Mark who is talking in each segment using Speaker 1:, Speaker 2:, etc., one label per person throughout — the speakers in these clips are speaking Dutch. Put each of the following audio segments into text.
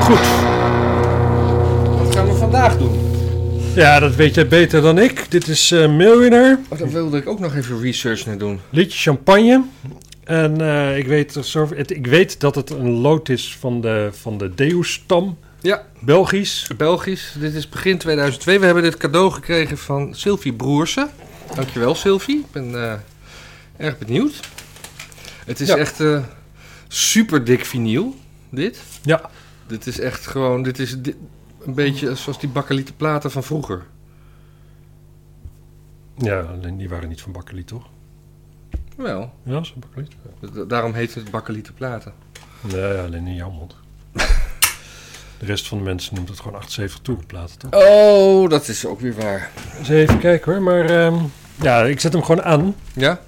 Speaker 1: Goed.
Speaker 2: Wat gaan we vandaag doen?
Speaker 1: Ja, dat weet jij beter dan ik. Dit is eh Millionaire,
Speaker 2: Oh, daar wilde ik ook nog even research naar doen.
Speaker 1: liedje champagne. En eh, ik, weet, er zo- het- ik weet dat het een lood is van de, van de Deus-stam,
Speaker 2: Ja,
Speaker 1: Belgisch.
Speaker 2: Belgisch. Dit is begin 2002. We hebben dit cadeau gekregen van Sylvie Broersen. Dankjewel, Sylvie. Ik ben eh, erg benieuwd. Het is
Speaker 1: Ja.
Speaker 2: echt eh, super dik vinyl, dit.
Speaker 1: Ja,
Speaker 2: Dit is echt gewoon... Dit is di- een beetje zoals die bakkelieten platen van vroeger.
Speaker 1: ja alleen die waren niet van Bakkeliet, toch?
Speaker 2: Wel,
Speaker 1: Ja, dat is van Bakkeliet.
Speaker 2: d- daarom heet het bakkelieten platen.
Speaker 1: Nee, alleen in jouw mond. De rest van de mensen noemt het gewoon 78 toegeplaatst, toch?
Speaker 2: Oh, dat is ook weer waar.
Speaker 1: Eens even kijken hoor, maar ehm, ja, ik zet hem gewoon aan.
Speaker 2: Ja?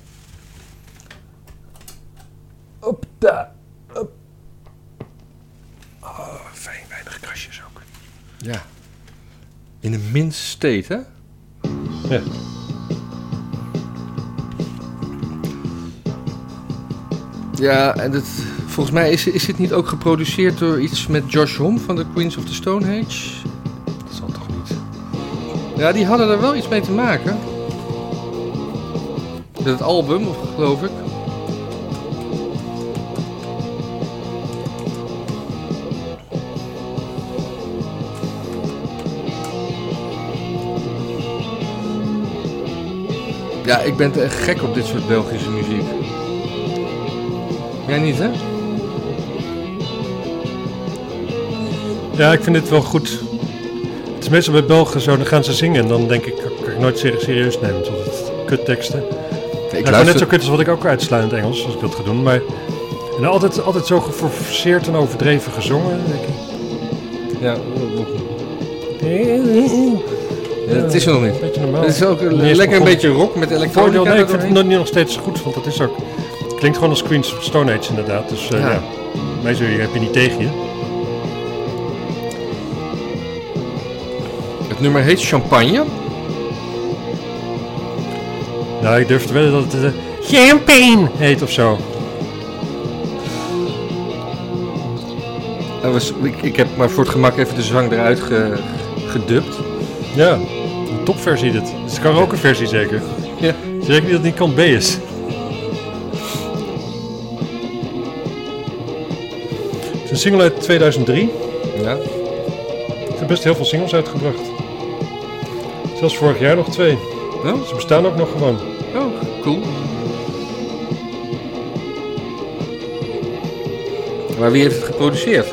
Speaker 1: Op daar. Oh, fijn, weinig krasjes ook.
Speaker 2: Ja. In een mint state, hè?
Speaker 1: Ja.
Speaker 2: Ja, en dat, volgens mij is, is dit niet ook geproduceerd door iets met Josh Homme van de Queens of the Stone Age?
Speaker 1: Dat zal toch niet.
Speaker 2: Ja, die hadden er wel iets mee te maken. Met het album, of- geloof ik. Ja, ik ben echt gek op dit soort Belgische muziek. Jij niet, hè?
Speaker 1: Ja, ik vind dit wel goed. Het is meestal bij Belgen zo, dan gaan ze zingen en dan denk ik, kan ik nooit serie- serieus nemen tot het kutteksten.
Speaker 2: Ik
Speaker 1: Ja, net zo kut als wat ik ook uitsla in het Engels, als ik dat ga doen, maar... En altijd, altijd zo geforceerd en overdreven gezongen. denk ik.
Speaker 2: Ja,
Speaker 1: Oh.
Speaker 2: het is er nog niet.
Speaker 1: Beetje normaal.
Speaker 2: Het is ook
Speaker 1: Niet eens
Speaker 2: lekker een
Speaker 1: begonnen.
Speaker 2: beetje rock met
Speaker 1: Voordeel,
Speaker 2: elektronica
Speaker 1: nee, ik vind het
Speaker 2: erdoorheen.
Speaker 1: nog niet nog steeds goed, want dat is ook... Het klinkt gewoon als Queen's of Stone Age inderdaad, dus eh
Speaker 2: Ja.
Speaker 1: ja. Mij zo heb je niet tegen je.
Speaker 2: Het nummer heet Champagne.
Speaker 1: Nou, ik durf te wedden dat het... eh, champagne heet of zo.
Speaker 2: Dat was, ik, ik heb maar voor het gemak even de zang eruit ge, gedubt.
Speaker 1: Ja, een topversie dit. Het is een karaoke versie zeker.
Speaker 2: Ja.
Speaker 1: Zeker niet dat het niet kant B is. Het is een single uit 2003.
Speaker 2: Ja.
Speaker 1: Ze hebben best heel veel singles uitgebracht. Zelfs vorig jaar nog twee.
Speaker 2: Oh,
Speaker 1: Ze bestaan ook nog gewoon.
Speaker 2: oh, cool. Maar wie heeft het geproduceerd?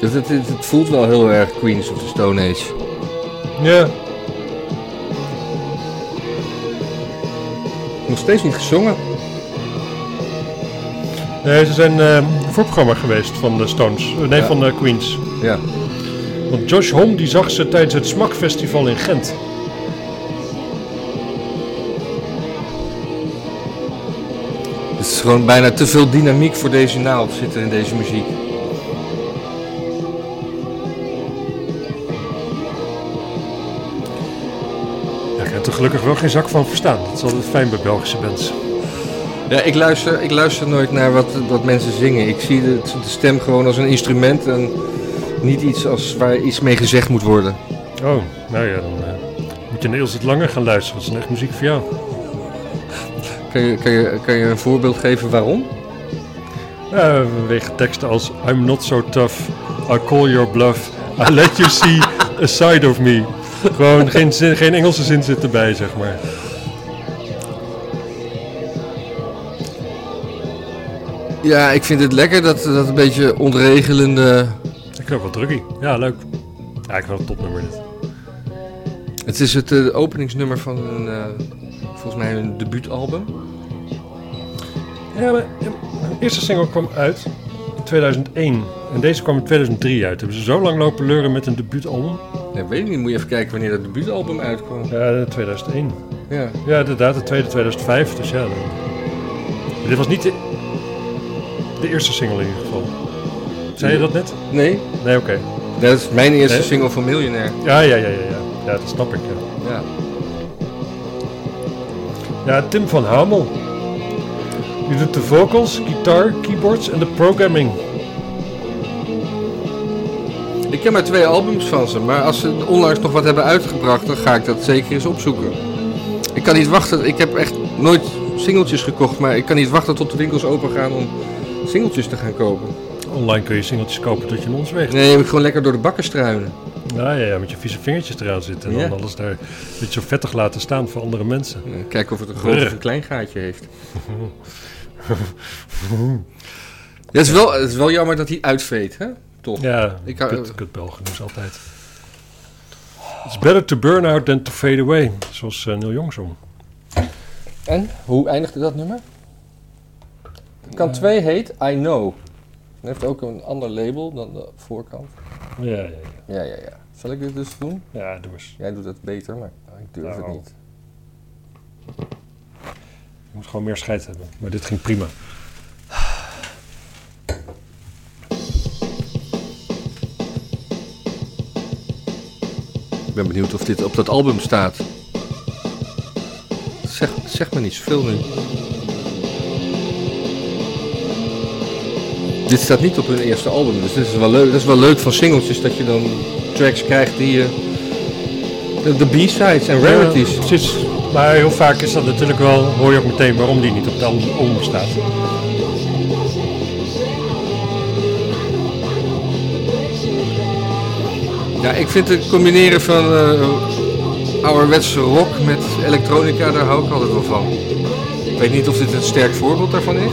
Speaker 2: Het, het, het- het voelt wel heel erg Queens of the Stone Age.
Speaker 1: Ja,
Speaker 2: Nog steeds niet gezongen.
Speaker 1: nee, ze zijn eh, voorprogramma geweest van de Stones. Eh, Nee,
Speaker 2: Ja.
Speaker 1: van de Queens.
Speaker 2: Ja.
Speaker 1: Want Josh Homme die zag ze tijdens het Smakfestival in Gent.
Speaker 2: Het is gewoon bijna te veel dynamiek voor deze naald zit er in deze muziek.
Speaker 1: Ja, ik heb er gelukkig wel geen zak van verstaan. Dat is altijd fijn bij Belgische bands.
Speaker 2: Ja, ik luister, ik luister nooit naar wat, wat mensen zingen. Ik zie de, de stem gewoon als een instrument en niet iets als waar iets mee gezegd moet worden.
Speaker 1: Oh, nou ja, dan eh, moet je een heel stuk langer gaan luisteren. Dat is dan echt muziek voor jou.
Speaker 2: Kan je, kan je, kan je een voorbeeld geven waarom?
Speaker 1: Eh, Vanwege teksten als I'm not so tough, I call your bluff, I let you see a side of me. Gewoon geen, zin, geen Engelse zin zit erbij, zeg maar.
Speaker 2: Ja, ik vind het lekker dat, dat een beetje ontregelende...
Speaker 1: Ik heb wel drukkie. Ja, leuk. Ja, ik vind het een topnummer dit.
Speaker 2: Het is het eh, openingsnummer van een, eh, volgens mij hun debuutalbum.
Speaker 1: Ja, maar, ja, de eerste single kwam uit in 2001. En deze kwam in 2003 uit. Hebben ze zo lang lopen leuren met een debuutalbum?
Speaker 2: Ja, weet ik niet, moet je even kijken wanneer dat debuutalbum uitkwam.
Speaker 1: Ja, 2001.
Speaker 2: Ja.
Speaker 1: Ja, inderdaad, de tweede 2005. Dus ja, dan- Maar dit was niet de, de eerste single in ieder geval. Zei je dat net?
Speaker 2: Nee?
Speaker 1: Nee, oké.
Speaker 2: Dat is mijn eerste
Speaker 1: Nee.
Speaker 2: single van Millionaire.
Speaker 1: Ja, ja, ja, ja, ja. Ja, dat snap ik. Ja,
Speaker 2: Ja.
Speaker 1: ja Tim van Hamel. Die doet de vocals, gitaar, keyboards en de programming.
Speaker 2: Ik ken maar twee albums van ze, maar als ze onlangs nog wat hebben uitgebracht, dan ga ik dat zeker eens opzoeken. Ik kan niet wachten, ik heb echt nooit singeltjes gekocht, maar ik kan niet wachten tot de winkels open gaan om singeltjes te gaan kopen.
Speaker 1: Online kun je singeltjes kopen tot je een ons weegt.
Speaker 2: Nee, ik gewoon lekker door de bakken struinen.
Speaker 1: Nou ja, ja, met je vieze vingertjes eraan zitten. En
Speaker 2: Ja.
Speaker 1: dan alles daar een beetje zo vettig laten staan voor andere mensen.
Speaker 2: Ja, Eh, Kijken of het een groot of
Speaker 1: Brr.
Speaker 2: een klein gaatje heeft. Ja, het, is wel, het is wel jammer dat hij uitvreet, hè? Toch?
Speaker 1: Ja,
Speaker 2: Ik
Speaker 1: ik
Speaker 2: hou-
Speaker 1: kut, kut Belgen doen ze altijd. It's better to burn out than to fade away, zoals eh, Neil Young zong.
Speaker 2: En, hoe eindigde dat nummer? Kant 2 heet I Know. Dat heeft ook een ander label dan de voorkant.
Speaker 1: Ja, ja, ja.
Speaker 2: Ja, ja, ja. Zal ik dit dus doen?
Speaker 1: ja doe eens.
Speaker 2: Jij doet het beter, maar ik durf het
Speaker 1: Nou.
Speaker 2: niet.
Speaker 1: Je moet gewoon meer scheid hebben. Maar dit ging prima.
Speaker 2: Ik ben benieuwd of dit op dat album staat. Zeg, zeg me niet zoveel nu. Dit staat niet op hun eerste album, dus dit is wel leuk. Dat is wel leuk van singeltjes dat je dan tracks krijgt die je. de, de B-sides en rarities.
Speaker 1: Ja, precies. Maar heel vaak is dat natuurlijk wel, hoor je ook meteen waarom die niet op de album album staat.
Speaker 2: Ja, ik vind het combineren van eh, ouderwetse rock met elektronica, daar hou ik altijd wel van. Ik weet niet of dit een sterk voorbeeld daarvan is.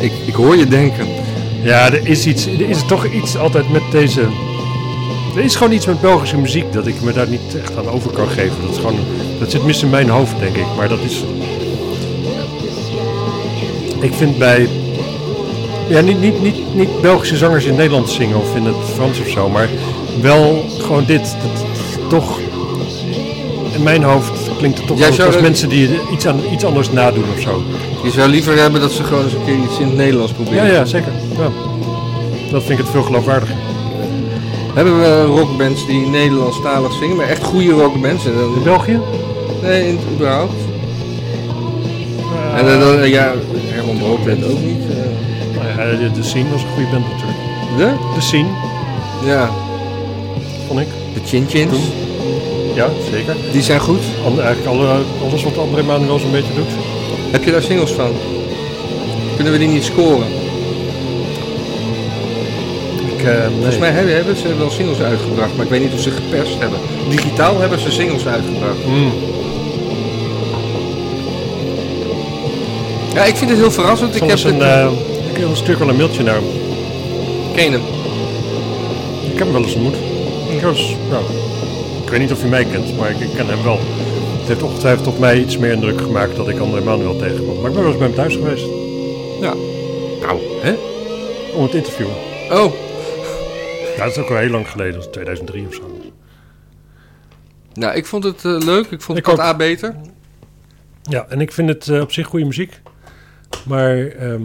Speaker 2: Ik, ik hoor je denken.
Speaker 1: Ja, er is, iets, er is toch iets altijd met deze... Er is gewoon iets met Belgische muziek dat ik me daar niet echt aan over kan geven. Dat, is gewoon, dat zit mis in mijn hoofd, denk ik. Maar dat is... Ik vind bij... Ja, niet, niet, niet, niet Belgische zangers in Nederland zingen of in het Frans of zo. Maar wel gewoon dit. Dat, toch... In mijn hoofd klinkt het toch
Speaker 2: Jij
Speaker 1: wel
Speaker 2: zou
Speaker 1: als
Speaker 2: dat-
Speaker 1: mensen die iets, aan, iets anders nadoen of zo.
Speaker 2: Je zou liever hebben dat ze gewoon eens een keer iets in het Nederlands
Speaker 1: Ja,
Speaker 2: proberen.
Speaker 1: ja, zeker. Ja. Dat vind ik het veel geloofwaardiger.
Speaker 2: Hebben we rockbands die Nederlandstalig zingen, maar echt goede rockbands? En
Speaker 1: In
Speaker 2: dan,
Speaker 1: België?
Speaker 2: nee, in- überhaupt. en dan, dan- ja, Herman Broodband ook niet. eh.
Speaker 1: Nou ja, de, de Scene was een goede band natuurlijk.
Speaker 2: de?
Speaker 1: De Scene,
Speaker 2: Ja,
Speaker 1: vond ik.
Speaker 2: de Chin Chins.
Speaker 1: Ja, zeker.
Speaker 2: Die zijn goed.
Speaker 1: An- eigenlijk alle, alles wat André Manuel zo'n beetje doet.
Speaker 2: Heb je daar singles van? Kunnen we die niet scoren?
Speaker 1: Ik, eh, nee.
Speaker 2: Volgens mij hebben, hebben ze wel singles uitgebracht, maar ik weet niet of ze geperst hebben. Digitaal hebben ze singles uitgebracht.
Speaker 1: Hmm.
Speaker 2: Ja, ik vind het heel verrassend. Ik
Speaker 1: Ik
Speaker 2: heb
Speaker 1: heb een,
Speaker 2: het... eh,
Speaker 1: eh, ik heb een stuk al een mailtje naar hem.
Speaker 2: Ken je hem?
Speaker 1: Ik heb hem wel eens ontmoet.
Speaker 2: Mm.
Speaker 1: Ik, was, nou, ik weet niet of hij mij kent, maar ik, ik ken hem wel. Het heeft ongetwijfeld op mij iets meer indruk gemaakt dat ik André Manuel tegenkwam. Maar ik ben wel eens bij hem thuis geweest
Speaker 2: Ja. Nou, hè?
Speaker 1: om het interviewen.
Speaker 2: Oh,
Speaker 1: Ja, dat is ook al heel lang geleden, dat is 2003 of zo.
Speaker 2: nou, ik vond het eh, leuk. Ik vond
Speaker 1: Ik
Speaker 2: Kat
Speaker 1: ook.
Speaker 2: A beter.
Speaker 1: Ja, en ik vind het eh, op zich goede muziek. Maar ehm,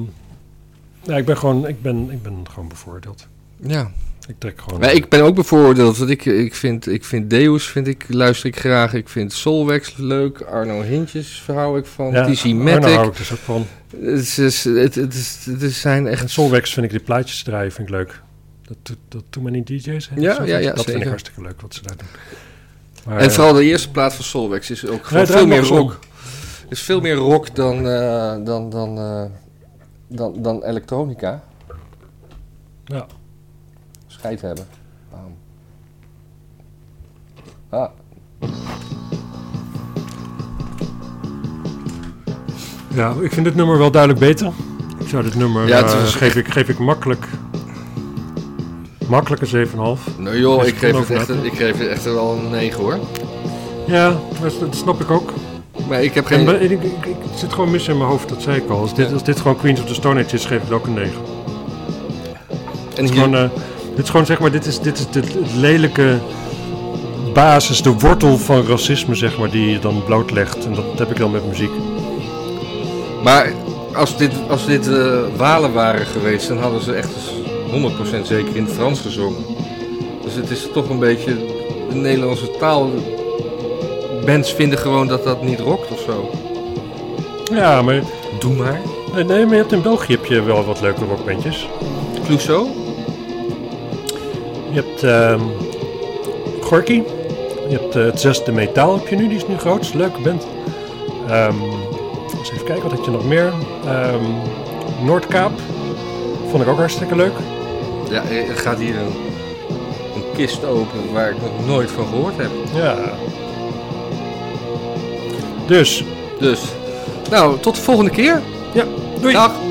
Speaker 1: ja, ik ben gewoon, ik ben, ik ben gewoon bevoordeeld.
Speaker 2: Ja.
Speaker 1: Ik trek gewoon.
Speaker 2: Maar ik ben ook bevoordeeld, want ik, ik, vind, ik vind Deus, vind ik, luister ik graag. Ik vind Solwex leuk. Arno Hintjes hou ik van.
Speaker 1: Ja,
Speaker 2: TC
Speaker 1: Arno hou
Speaker 2: Matic.
Speaker 1: ik dus ook van.
Speaker 2: Het, is- het, is- het, het, is- het is- zijn
Speaker 1: En
Speaker 2: echt...
Speaker 1: Solwex vind ik die plaatjes draaien, vind ik leuk. Dat, doet- dat Too Many DJ's. heet
Speaker 2: Ja,
Speaker 1: het zo?
Speaker 2: ja, ja,
Speaker 1: dat vind
Speaker 2: zeker.
Speaker 1: ik hartstikke leuk wat ze daar doen. Maar,
Speaker 2: En vooral de eerste plaat van Solwex is ook gewoon
Speaker 1: Nee,
Speaker 2: veel
Speaker 1: draai
Speaker 2: meer
Speaker 1: nog eens om.
Speaker 2: rock. is veel meer rock dan, eh, dan, dan, eh, dan, dan elektronica.
Speaker 1: Ja.
Speaker 2: Scheid hebben. Bam. Ah.
Speaker 1: Ja, ik vind dit nummer wel duidelijk beter. Ik zou dit nummer,
Speaker 2: Ja, het
Speaker 1: eh,
Speaker 2: is-
Speaker 1: geef, ik, geef ik makkelijk, makkelijk een 7,5.
Speaker 2: Nou joh,
Speaker 1: Is
Speaker 2: ik
Speaker 1: het
Speaker 2: geef, het
Speaker 1: ongelooflijk,
Speaker 2: echt, een-
Speaker 1: hè?
Speaker 2: ik geef het echt wel een 9 hoor.
Speaker 1: Ja, dat dat snap ik ook.
Speaker 2: Maar ik heb geen...
Speaker 1: En bij- ik, ik, ik- het zit gewoon mis in mijn hoofd, dat zei ik al. Als dit,
Speaker 2: Ja.
Speaker 1: als dit gewoon Queens of the Stone Age is, geef ik het ook een 9.
Speaker 2: en
Speaker 1: Het
Speaker 2: hier-
Speaker 1: is gewoon, eh, dit is gewoon zeg maar, dit is, dit is de, het lelijke basis, de wortel van racisme zeg maar, die je dan blootlegt. En dat heb ik dan met muziek.
Speaker 2: Maar als dit, als dit eh, Walen waren geweest, dan hadden ze echt eens 100% zeker in het Frans gezongen. Dus het is toch een beetje de Nederlandse taal. Bands vinden gewoon dat dat niet rokt of zo.
Speaker 1: Ja, maar, eh,
Speaker 2: Doe maar.
Speaker 1: nee, nee, maar je hebt in België heb je wel wat leuke rockbandjes.
Speaker 2: Clouseau?
Speaker 1: Je hebt ehm Gorky. Je hebt eh, het zesde metaal heb je nu, die is nu groot. Is een leuke band. Ehm, eens even kijken, wat had je nog meer? Ehm, Noordkaap. Vond ik ook hartstikke leuk.
Speaker 2: Ja, eh, er gaat hier een, een kist open waar ik nog nooit van gehoord heb.
Speaker 1: Ja. Dus,
Speaker 2: Dus, nou, tot de volgende keer.
Speaker 1: ja, doei.
Speaker 2: Dag.